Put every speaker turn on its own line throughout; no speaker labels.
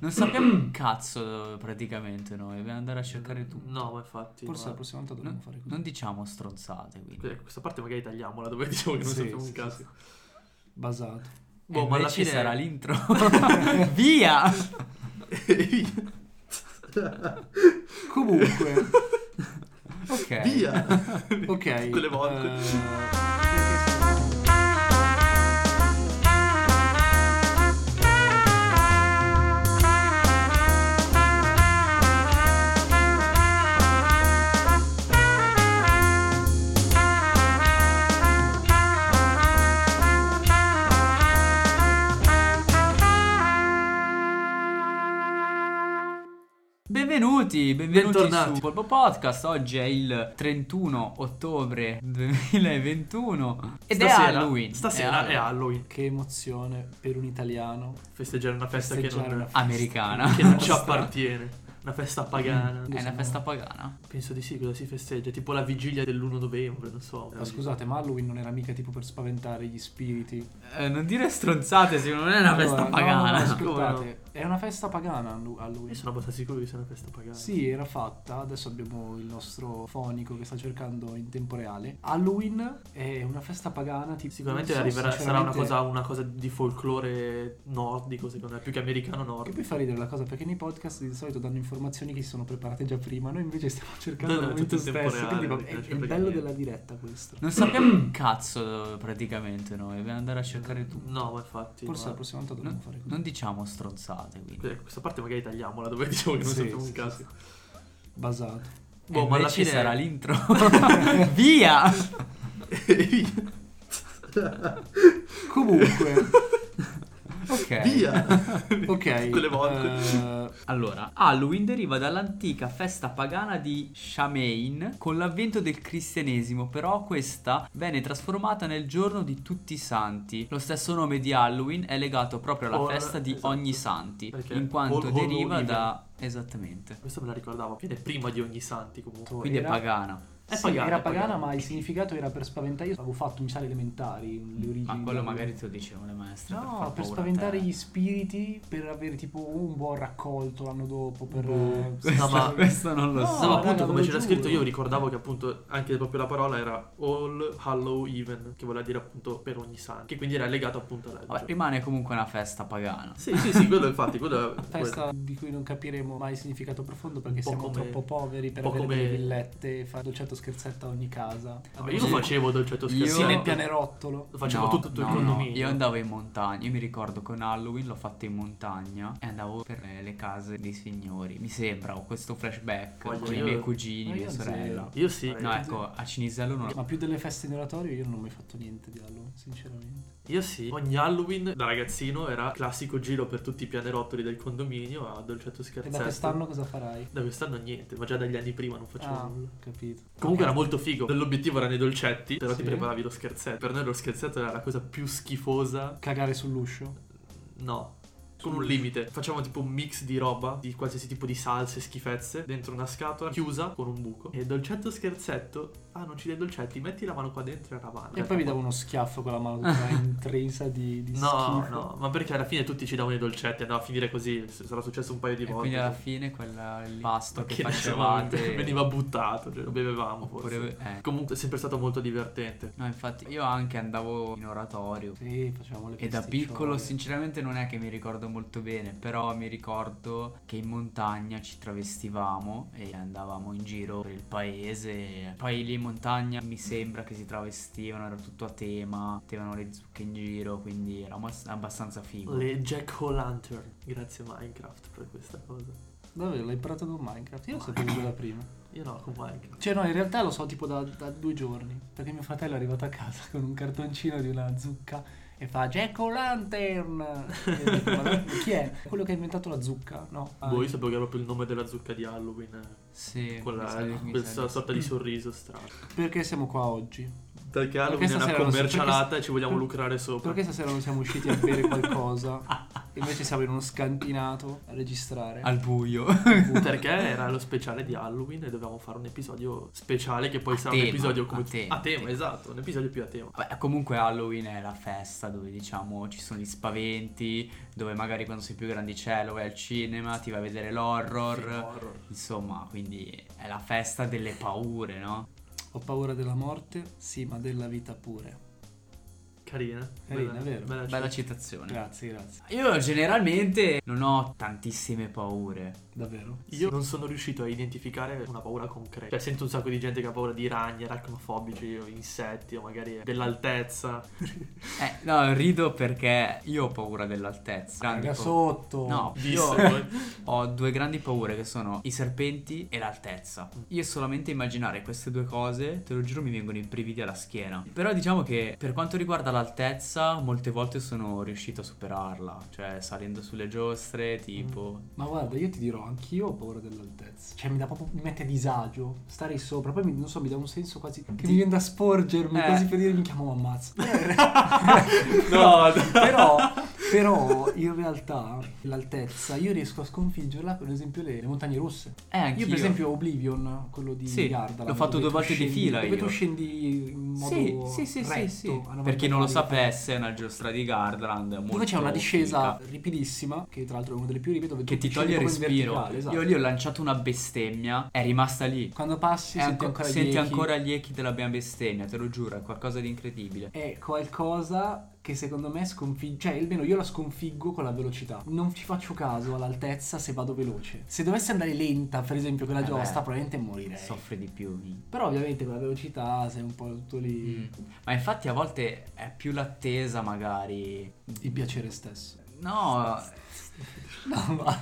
Non sappiamo un cazzo praticamente noi, dobbiamo andare a cercare tutto.
No, ma infatti.
Forse la
ma-
prossima volta dovremmo
Non,
fare così.
non diciamo stronzate, quindi.
Eh, Questa parte magari tagliamola dove diciamo che non
Sì,
sappiamo
sì,
un
sì,
cazzo.
sì. Eh, Basato.
Boh,
e
ma alla
invece
fine
sarà l'intro. Via!
Comunque,
Ok.
Via!
ok.
Quelle volte.
eh,
Benvenuti, benvenuti
Bentornati.
su Polpo Podcast. Oggi è il 31 ottobre 2021 ed
Stasera-
è Halloween.
Stasera è
Halloween.
Halloween.
che emozione per un italiano.
Festeggiare una festa
Festeggiare
che non,
una festa.
americana.
che non ci appartiene. Una festa pagana.
È una festa pagana.
Penso di sì, cosa si festeggia? Tipo la vigilia dell'1 novembre, non so.
Ma scusate, ma Halloween non era mica tipo per spaventare gli spiriti.
Eh, non dire stronzate, se non è una festa
Allora, no,
pagana.
no,
Come
ascoltate, è una festa pagana Hallu- Halloween.
Io sono abbastanza sicuro che sia una festa pagana.
Sì, era fatta. Adesso abbiamo il nostro fonico che sta cercando in tempo reale. Halloween è una festa pagana. Tipo,
Sicuramente
non so,
arriverà- sarà una
sinceramente-
cosa, una cosa di folklore nordico, secondo me, più che americano
Che
nordico.
poi fa ridere la cosa perché nei podcast di solito danno informazioni che si sono preparate già prima, noi invece stiamo cercando
No,
il
no, è
momento
tutto in tempo
stesso,
reale,
quindi
perché
vabbè,
non
è
c'è
il
perché
bello
niente.
della diretta questo.
Non sappiamo un cazzo praticamente noi, dobbiamo andare a cercare tutto.
No, ma infatti.
Forse
ma-
la prossima volta dovremmo
Non,
fare così.
non diciamo stronzate, quindi.
Eh, Questa parte magari tagliamola dove diciamo che non
Sì,
sappiamo
sì,
un
sì,
cazzo.
Basato.
E
Boh, ma alla
invece
fine
sarà l'intro. Via!
Comunque,
Ok.
Via!
ok.
Quelle volte.
eh,
Allora, Halloween deriva dall'antica festa pagana di Shamain con l'avvento del cristianesimo, però questa venne trasformata nel giorno di tutti i santi. Lo stesso nome di Halloween è legato proprio alla
Or-
festa di
esatto.
ogni santi,
Perché
in quanto
All-
deriva
Halloween.
da... Esattamente.
Questo me la ricordavo. Viene prima di ogni santi comunque. Eh,
Quindi
Era-
è pagana.
È
sì,
pagana,
era
è
pagana,
pagana.
ma il significato era per spaventare. Io avevo fatto, mi sa, le elementari, le origini.
Ma quello
di-
magari te lo dicevano le maestre.
No,
far
per,
eh.
paura a
spaventare
te.
gli spiriti, per avere tipo un buon raccolto l'anno dopo, per...
Boh.
eh,
Questo,
No, ma-
questo non lo
No,
so.
No, ma
raga,
appunto,
ve
come
lo
c'era
giuro.
scritto, io ricordavo che appunto anche proprio la parola era All Hallow Even, che voleva dire appunto per ogni santo, che quindi era legato appunto alla
Vabbè, rimane comunque una festa pagana.
Sì, sì, sì, quello infatti, quello è quello.
festa di cui non capiremo mai il significato profondo perché
Un po'
siamo
come-
troppo poveri per
un po'
avere delle
come-
villette e fare dolcetto scherzetta a ogni casa.
Ma io lo facevo dolcetto
Io-
Sì, nel
scherzino.
pianerottolo.
Lo facevo
No,
tutto, tutto
no,
il
no,
condominio.
Io andavo in montagna, io mi ricordo con Halloween l'ho fatto in montagna e andavo per eh, le case dei signori. Mi sembra, ho questo flashback
Voglio-
con i
io-
miei cugini,
Ma
mia
io
sorella.
Io sì.
No, ecco, a Cinisello non
Ma più delle feste in oratorio io non ho mai fatto niente di Halloween, sinceramente.
Io sì, ogni Halloween da ragazzino era classico giro per tutti i pianerottoli del condominio a dolcetto
E
scherzetto.
da quest'anno cosa farai?
Da quest'anno niente, ma già dagli anni prima non facevo
Ah,
nulla.
capito.
Comunque era molto figo. L'obiettivo erano i dolcetti, però ti
Sì.
preparavi lo scherzetto. Per noi lo scherzetto era la cosa più schifosa.
Cagare sull'uscio?
No. Con un limite. Facciamo tipo un mix di roba, di qualsiasi tipo di salse, schifezze, dentro una scatola chiusa con un buco. E dolcetto scherzetto. Ah, non ci dai dolcetti, metti la mano qua dentro e era avanti.
E poi mi davo uno schiaffo con la mano tutta intrisa di, di
No,
schifo.
no, ma perché alla fine tutti ci davano i dolcetti, andava a finire così, s- sarà successo un paio di
E
volte.
quindi alla fine quella, il pasto che,
Che ne so,
facevate
veniva buttato, cioè lo bevevamo forse.
oppure, eh.
Comunque è sempre stato molto divertente.
No, infatti io anche andavo in oratorio
Sì, facevamo le
E da
festicciole.
piccolo sinceramente non è che mi ricordo molto bene, però mi ricordo che in montagna ci travestivamo e andavamo in giro per il paese. Poi lì in montagna mi sembra che si travestivano, era tutto a tema, mettevano le zucche in giro, quindi era abbas- abbastanza figo.
Le Jack O'Lantern, grazie Minecraft per questa cosa.
Davvero, l'hai imparato con Minecraft? Io lo sapevo già da prima.
Io no, con Minecraft.
Cioè, no, in realtà lo so tipo da, da due giorni. Perché mio fratello è arrivato a casa con un cartoncino di una zucca e fa Jack O'Lantern. E io dico, "Ma chi è? Quello che ha inventato la zucca? No. Ah,
eh.
Voi Boh, sapevo che era proprio il nome della zucca di Halloween, eh.
Sì, mi
quella
sa- mi sa
questa
di-
sorta di sorriso strano.
Perché siamo qua oggi?
Perché Halloween è
Perché
una
stasera non si-
commercialata
perché-
e ci vogliamo
per-
lucrare sopra.
Perché stasera non siamo usciti a bere qualcosa? Invece siamo in uno scantinato a registrare.
Al buio.
Perché era lo speciale di Halloween e dovevamo fare un episodio speciale che poi
A
sarà un
tema,
episodio come
a tema,
a tema,
tema.
esatto, un episodio più a tema.
Beh, comunque Halloween è la festa dove diciamo ci sono gli spaventi, dove magari quando sei più grandicello vai al cinema, ti vai a vedere l'horror.
Horror.
Insomma, quindi è la festa delle paure, no?
Ho paura della morte, sì, ma della vita pure.
Carina.
Carina,
Bella-
vero.
Bella,
Bella
città.
citazione.
Grazie, grazie.
Io generalmente non ho tantissime paure.
Davvero?
Io non sono riuscito a identificare una paura concreta. Cioè, sento un sacco di gente che ha paura di ragni, aracnofobici, o insetti, o magari dell'altezza.
Eh, no, rido perché io ho paura dell'altezza.
Ah,
Grandi
Raga,
paure.
sotto.
No,
Disse
io
poi.
ho due grandi paure che sono i serpenti e l'altezza. Io solamente immaginare queste due cose, te lo giuro, mi vengono i brividi alla schiena. Però diciamo che per quanto riguarda l'altezza, molte volte sono riuscito a superarla. Cioè, salendo sulle giostre, tipo...
Ma guarda, io ti dirò, anch'io ho paura dell'altezza. Cioè, mi dà proprio, mi mette a disagio stare sopra. Poi, mi- non so, mi dà un senso quasi. Che mi viene da sporgermi,
Eh.
quasi per dire mi chiamo ammazza.
Eh,
Mm. No, no.
Eh, però, però, in realtà, l'altezza io riesco a sconfiggerla, per esempio, le, le montagne russe.
Eh, anch'io.
Io, per esempio, Oblivion, quello di
Sì,
Gardaland,
l'ho fatto
dove
due
tu
volte di
scendi-
fila
Dove
io.
tu scendi in modo
Sì, sì, sì, sì,
retto,
sì.
a 90
Per chi non lo
gradi.
sapesse, è una giostra di Gardland.
Dove
molto
c'è una discesa
figa.
ripidissima, che tra l'altro è una delle più ripide, dove
Che
tu
ti
scendi
toglie il
proprio in
respiro.
verticale, esatto.
Io lì ho lanciato una bestemmia, è rimasta lì.
Quando passi
E
senti
anco-
ancora gli
senti
echi.
ancora gli echi della mia bestemmia, te lo giuro, è qualcosa di incredibile.
È qualcosa che secondo me sconfigge. Cioè, almeno io la sconfiggo con la velocità. Non ci faccio caso all'altezza se vado veloce. Se dovessi andare lenta, per esempio, con la
Eh
giostra,
beh,
probabilmente morirei.
Soffre di più. mi-
Però ovviamente con la velocità sei un po' tutto lì.
Mm. Ma infatti a volte è più l'attesa magari.
Il piacere stesso.
No,
No, ma...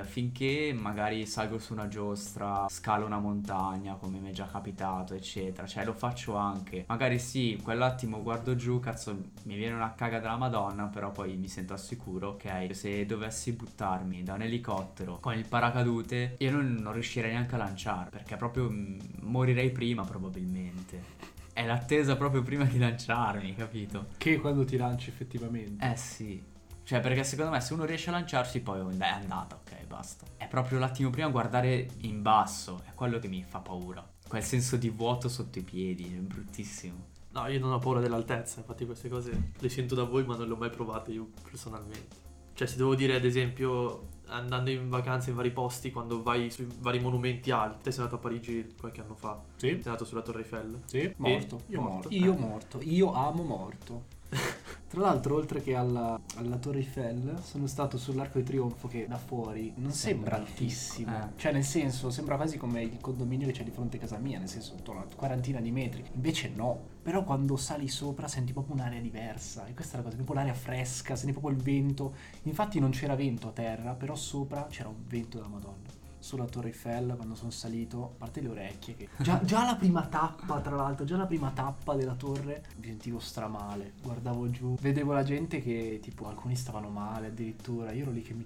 eh, finché magari salgo su una giostra, scalo una montagna come mi è già capitato, eccetera. Cioè lo faccio anche. Magari sì, in quell'attimo guardo giù, cazzo, mi viene una caga della Madonna, però poi mi sento al sicuro, ok? Se dovessi buttarmi da un elicottero con il paracadute, io non, non riuscirei neanche a lanciare, perché proprio mm, morirei prima probabilmente. È l'attesa proprio prima di lanciarmi, capito?
Che quando ti lanci effettivamente.
Eh sì. Cioè, perché secondo me se uno riesce a lanciarsi, poi oh, beh, è andata, ok, basta. È proprio l'attimo prima guardare in basso, è quello che mi fa paura. Quel senso di vuoto sotto i piedi, è bruttissimo.
No, io non ho paura dell'altezza, infatti queste cose le sento da voi ma non le ho mai provate io personalmente. Cioè se devo dire ad esempio andando in vacanza in vari posti, quando vai sui vari monumenti alti, te sei andato a Parigi qualche anno fa,
Sì.
sei andato sulla Torre Eiffel.
Sì, morto,
io
io
morto.
morto. Io morto, io amo morto. Tra l'altro, oltre che alla, alla Torre Eiffel, sono stato sull'Arco di Trionfo che da fuori non sembra altissimo.
Eh.
Cioè, nel senso, sembra quasi come il condominio che c'è di fronte a casa mia, nel senso, intorno a una quarantina di metri. Invece no. Però quando sali sopra senti proprio un'aria diversa. E questa è la cosa, proprio l'aria fresca, senti proprio il vento. Infatti non c'era vento a terra, però sopra c'era un vento della Madonna. Sulla Torre Eiffel, quando sono salito, a parte le orecchie, che già, già la prima tappa, tra l'altro, già la prima tappa della torre, mi sentivo stramale. Guardavo giù, vedevo la gente che, tipo, alcuni stavano male addirittura. Io ero lì che mi.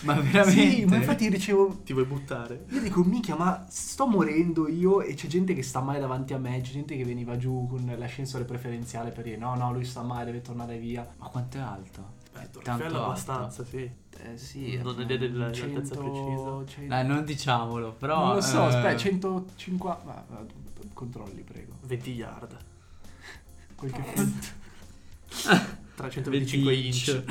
Ma veramente?
Sì, ma infatti dicevo,
Ti vuoi buttare?
io dico, minchia, ma sto morendo io e c'è gente che sta male davanti a me, c'è gente che veniva giù con l'ascensore preferenziale per dire no, no, lui sta male, deve tornare via.
Ma quanto è alto?
Beh, Torre
Tanto
Eiffel
alto.
abbastanza, sì.
Eh sì,
Non ho idea della- dell'altezza
cento- cento-
Eh,
Dai, non diciamolo, però...
non lo so,
eh,
aspetta, 150... Ma, ma, controlli, prego.
20 yard.
Quel che...
325 inch.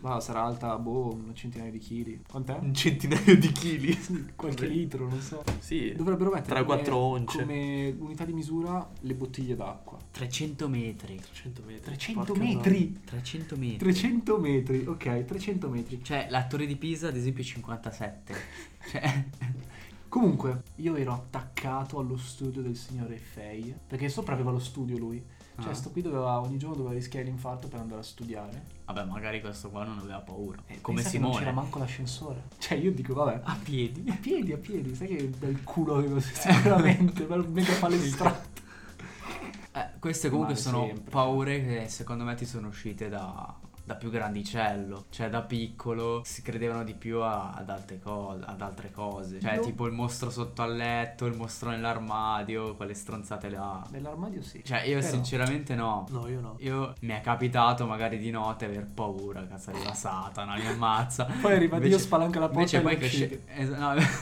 ma sarà alta, boh, un centinaio di chili. Quant'è?
Un centinaio di chili.
Qualche litro, non so.
Mm, Sì.
Dovrebbero mettere
Tra
come-
quattro once.
come unità di misura le bottiglie d'acqua.
300 metri.
300 metri.
300
Porca
metri!
300 metri.
300 metri, ok, 300 metri.
Cioè, la torre di Pisa, ad esempio, è 57. cioè...
Comunque, io ero attaccato allo studio del signore Fey, perché sopra aveva lo studio lui. Cioè,
Ah.
sto qui doveva, ogni giorno doveva rischiare l'infarto per andare a studiare.
Vabbè, magari questo qua non aveva paura.
E
Come
Eh, pensa che non c'era
Simone.
manco l'ascensore. Cioè, io dico, vabbè,
A piedi.
a piedi, a piedi, sai che bel culo avevo sicuramente, per un mega palestrato.
Eh, queste comunque
Male
sono
sempre.
paure che secondo me ti sono uscite da, da più grandicello. Cioè, da piccolo si credevano di più a- ad, altre co- ad altre cose. Cioè,
Io-
tipo il mostro sotto al letto, il mostro nell'armadio, quelle stronzate là.
Nell'armadio sì.
Cioè, io
Però-
sinceramente no.
No, io no.
Io mi è capitato magari di notte aver paura, cazzo arriva Satana, mi ammazza.
Poi arriva Dio,
Invece-
spalanca la
Invece
porta e
poi,
lo uccide.
cresce- es-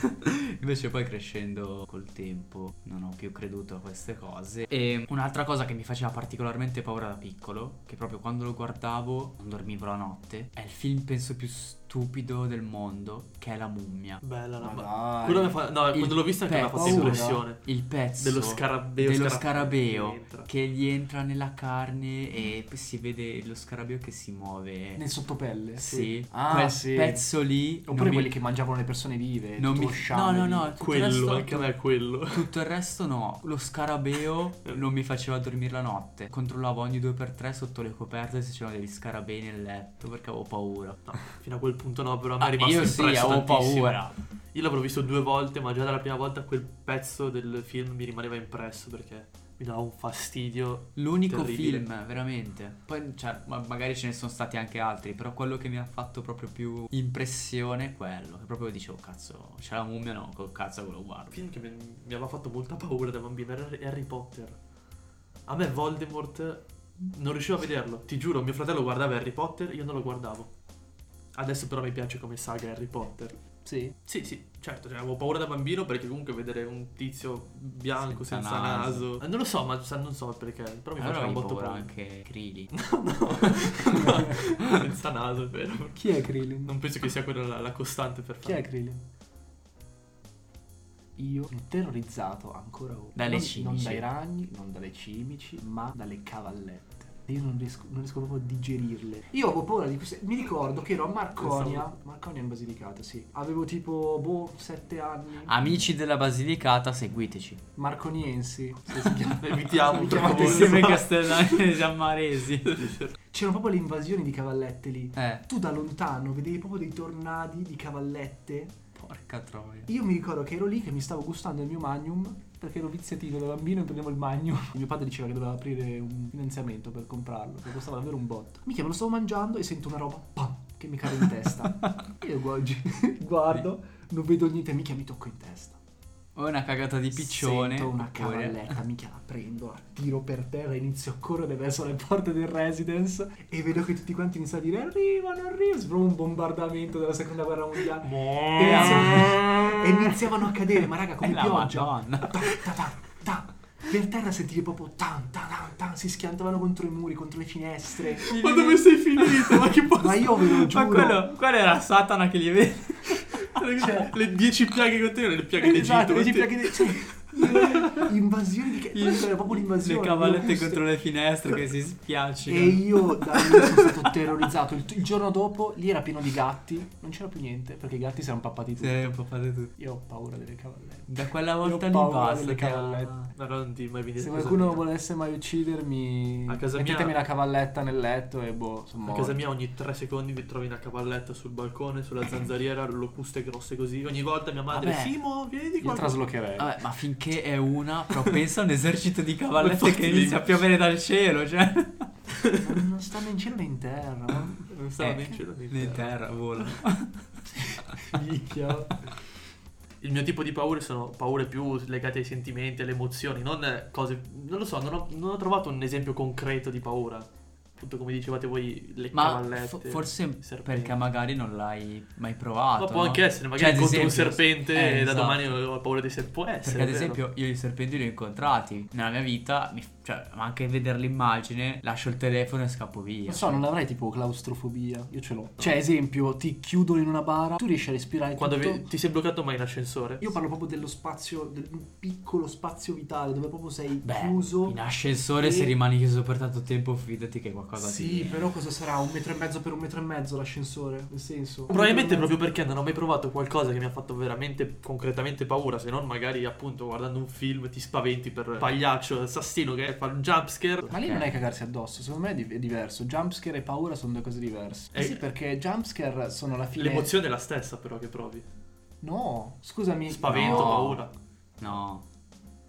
no, invece poi crescendo col tempo non ho più creduto a queste cose. E un'altra cosa che mi faceva particolarmente paura da piccolo, che proprio quando lo guardavo non dormivo la notte, è il film penso più stupido del mondo, che è La mummia.
Bella la
Ma
ma-
dai.
Quello mi fa- No,
Il
quando l'ho vista anche mi ha fatto
pezzo.
impressione.
Il pezzo
Dello scarabeo.
dello
scarab-
scarabeo
che entra.
che gli entra nella carne e poi si vede lo scarabeo che si muove.
Nel sottopelle.
Eh sì,
Ah,
quel
sì.
pezzo lì. non
Oppure
mi-
quelli che mangiavano le persone vive.
non mi... No, no, no, tutto il
Quello,
resto-
anche a me è quello.
Tutto il resto no, lo scarabeo non mi faceva dormire la notte. Controllavo ogni 2x3 sotto le coperte se c'erano degli scarabei nel letto perché avevo paura.
No, fino a quel punto no, però a me
Ah,
è rimasto
io sì,
impresso
avevo
tantissimo.
paura.
Io l'avrò visto due volte, ma già dalla prima volta quel pezzo del film mi rimaneva impresso perché mi dava un fastidio.
L'unico
Terribile.
film, veramente. Poi, cioè, ma- magari ce ne sono stati anche altri, però quello che mi ha fatto proprio più impressione è quello. Che proprio dicevo, cazzo, c'è la mummia no, col cazzo che lo
Un
guardo.
film che mi, mi aveva fatto molta paura da bambino era Harry Potter. A me Voldemort non riuscivo a vederlo, ti giuro, mio fratello guardava Harry Potter, io non lo guardavo. Adesso però mi piace come saga Harry Potter.
Sì.
Sì, sì, certo, cioè, avevo paura da bambino perché comunque vedere un tizio bianco
Senza
senza,
naso.
naso. Eh, Non lo so, ma sa- non so perché, però mi
Allora
faceva
avevi
un botto
paura
paura.
anche Krili.
No, senza naso, è vero.
Chi è Krillin?
Non penso che sia quella la, la costante per
Chi è
fare.
Krillin? Io sono terrorizzato ancora ora.
Dalle
non, Non
cimici.
dai ragni, non dalle cimici, ma dalle cavallette. Io non riesco, non riesco proprio a digerirle. Io avevo paura di queste. Mi ricordo che ero a Marconia. Marconia in Basilicata, sì. Avevo tipo, boh, sette anni.
Amici della Basilicata, seguiteci.
Marconiensi. se si chiama.
Evitiamo,
Mi
per
chiamate
favore.
Insieme a Castellani e Giammaresi.
C'erano proprio le invasioni di cavallette lì.
Eh,
Tu da lontano vedevi proprio dei tornadi di cavallette
porca troia.
Io mi ricordo che ero lì che mi stavo gustando il mio magnum perché ero viziatino da bambino e prendevo il magnum. Mio padre diceva che doveva aprire un finanziamento per comprarlo, che costava davvero un botto. Mica me lo stavo mangiando e sento una roba pam, che mi cade in testa. Io gu- oggi guardo, non vedo niente, mica mi tocco in testa.
O una cagata di piccione.
Sento una
oppure-
cavalletta, mica la prendo, la tiro per terra, inizio a correre verso le porte del residence e vedo che tutti quanti iniziano a dire arrivano, arrivano, sembra un bombardamento della seconda guerra mondiale. E iniziavano- e iniziavano a cadere, ma raga,
È
come
Eh, la
pioggia.
Madonna.
Ta, ta, ta, ta. Per terra sentivi proprio tan, tan, tan, tan, si schiantavano contro i muri, contro le finestre.
Ma dove sei finito? Ma che posto?
Ma io ve lo
Ma
giuro.
quello, quello era Satana che li vede.
cioè-
Le 10 piaghe che te, le piaghe
Esatto,
d'Egitto.
vedi perché de- cioè, le invasioni di che questa era proprio l'invasione.
Le cavallette
le locuste.
contro le finestre che si spiaccicano.
E io da lì sono stato terrorizzato. Il, il giorno dopo lì era pieno di gatti, non c'era più niente perché i gatti si erano pappati tutti.
Sì, può fare tutto.
Io ho paura delle cavallette.
Da quella volta
Io ho
lì
paura
basta.
delle
che-
cavallette.
No, no, Eh, non ti mai vedere.
Se qualcuno volesse mai uccidermi,
A casa mia-
mettetemi la cavalletta nel letto e boh,
A
sono morto.
casa mia ogni 3 secondi ti trovi una cavalletta sul balcone, sulla zanzariera, locuste grosse così. Ogni volta mia madre,
Vabbè.
Simo, vieni di
Io
qua.
traslocherei.
Vabbè, ma finché è una, però pensa a un esercito di cavallette che
Infatti,
inizia a
lì-
piovere dal cielo, cioè.
Ma non stanno in cielo né in terra, ma
non stavo
Eh,
né in cielo né in
Né
terra.
terra, vola.
minchia.
Il mio tipo di paure sono paure più legate ai sentimenti, alle emozioni, non cose... Non lo so, non ho, non ho trovato un esempio concreto di paura. Appunto come dicevate voi, le
Ma
cavallette.
fo- forse
serpenti.
perché magari non l'hai mai provato.
Ma può
Ah, no?
anche essere, magari
Cioè, ad
incontro un
esempio-
serpente
eh,
e
esatto.
da domani ho paura dei serpenti. Può essere.
Perché ad
vero?
esempio io i serpenti li ho incontrati nella mia vita, mi- cioè, ma anche vedere l'immagine, lascio il telefono e scappo via.
Non so, non avrei tipo claustrofobia. Io ce l'ho. Cioè, esempio, ti chiudono in una bara, tu riesci a respirare
Quando
tutto.
vi- ti sei bloccato mai in ascensore?
Io parlo proprio dello spazio, del piccolo spazio vitale dove proprio sei
Beh,
chiuso.
in ascensore
e-
se rimani chiuso per tanto tempo, fidati che qualcosa ti
Sì,
viene.
però cosa sarà? Un metro e mezzo per un metro e mezzo l'ascensore? Nel senso?
Probabilmente proprio perché non ho mai provato qualcosa che mi ha fatto veramente concretamente paura, se non magari appunto guardando un film ti spaventi per pagliaccio, assassino che fa un jumpscare.
Ma lì non è cagarsi addosso, secondo me è, di- è diverso. Jumpscare e paura sono due cose diverse. Eh
Eh.
sì, perché jumpscare sono alla fine.
L'emozione è la stessa però che provi.
No, scusami.
Spavento,
Eh, No.
paura.
No,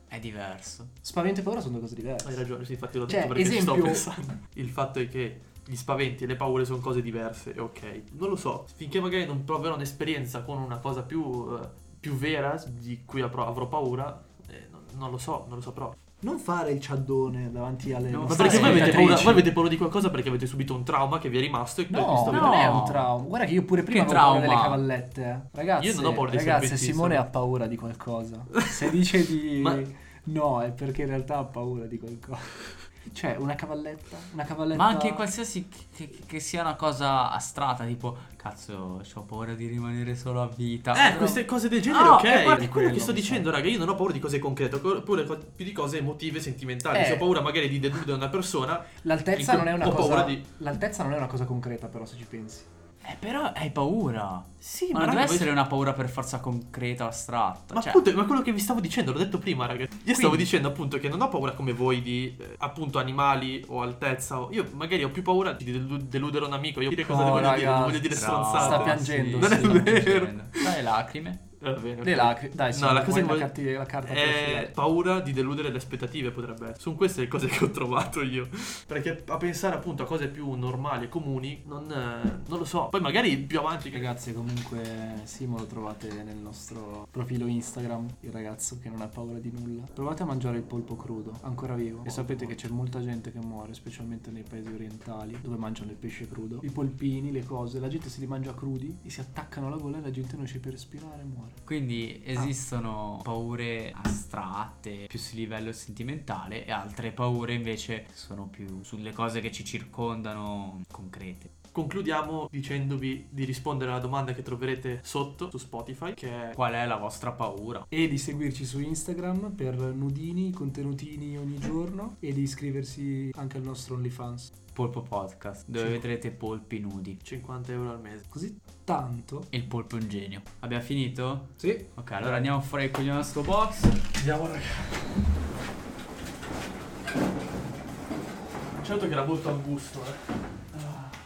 è diverso.
Spavento e paura sono due cose diverse.
Hai ragione, sì, infatti l'ho
Cioè,
detto perché ci
esempio-
stavo pensando. Il fatto è che gli spaventi e le paure sono cose diverse, e ok. Non lo so, finché magari non proverò un'esperienza con una cosa più, eh, più vera di cui avrò, avrò paura, eh, non, non lo so, non lo saprò.
Non fare il ciaddone davanti alle
No,
Ma
Sai,
perché voi avete,
spettatrici.
paura, voi avete paura di qualcosa perché avete subito un trauma che vi è rimasto e quindi
No,
sto
non
no.
è un trauma. Guarda che io pure prima
Che
avevo paura
trauma?
delle cavallette. eh. Ragazzi,
Io non ho paura dei
ragazzi
serpentini,
Simone
sono-
ha paura di qualcosa. Se dice di
Ma-
no, è perché in realtà ha paura di qualcosa. Cioè, una cavalletta, una cavalletta.
Ma anche qualsiasi che, che- che sia una cosa astrata, tipo cazzo, ho paura di rimanere solo a vita.
Eh,
Però-
queste cose del genere,
No,
ok.
eh, guarda,
È quello
quello
che sto
lo so.
dicendo, raga. Io non ho paura di cose concrete, ho co- pure co- più di cose emotive, sentimentali.
Eh.
Se ho paura magari di deludere una persona,
L'altezza
in-
non è una
ho
cosa.
paura di-
L'altezza non è una cosa concreta, però, se ci pensi.
Eh, però hai paura.
sì,
Ma non
Ah, raga,
deve
voi-
essere una paura per forza concreta o astratta.
Ma
cioè,
appunto, ma quello che vi stavo dicendo, l'ho detto prima, raga. Io stavo
Quindi-
dicendo appunto che non ho paura come voi di eh, appunto animali o altezza. o- Io magari ho più paura di delu- deludere un amico. Io dire cosa
No,
ne voglio
raga,
dire, non voglio dire
no,
stronzate.
sta piangendo,
Non
sì,
è
sta
vero.
piangendo. Dai, lacrime.
Eh, va bene,
Le
ok.
lacrime. Dai,
No, la cosa che
vuoi
voglio-
la, carti- la carta
è
per
paura di deludere le aspettative potrebbe essere. Sono queste le cose che ho trovato io. Perché a pensare appunto a cose più normali e comuni, non, eh, non lo so. Poi magari più avanti che
Ragazzi, comunque Simo lo trovate nel nostro profilo Instagram, il ragazzo che non ha paura di nulla. Provate a mangiare il polpo crudo, ancora vivo. E sapete che c'è molta gente che muore, specialmente nei paesi orientali, dove mangiano il pesce crudo. I polpini, le cose, la gente se li mangia crudi e si attaccano alla gola e la gente non riesce più a respirare e muore.
Quindi
Ah.
esistono paure astratte, più su livello sentimentale, e altre paure invece sono più sulle cose che ci circondano concrete.
concludiamo dicendovi di rispondere alla domanda che troverete sotto su Spotify. Che è
Qual è la vostra paura?
E di seguirci su Instagram per nudini, contenutini ogni giorno e di iscriversi anche al nostro OnlyFans.
Polpo Podcast, dove
Sì.
vedrete polpi nudi.
50 euro al mese.
Così tanto.
E il polpo è un genio. Abbiamo finito?
Sì.
Ok, allora andiamo fuori con il nostro box.
Andiamo ragazzi. Certo che la butto al gusto, eh.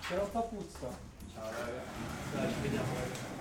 Però fa puzza.
Ciao ragazzi. Dai, ci vediamo ragazzi.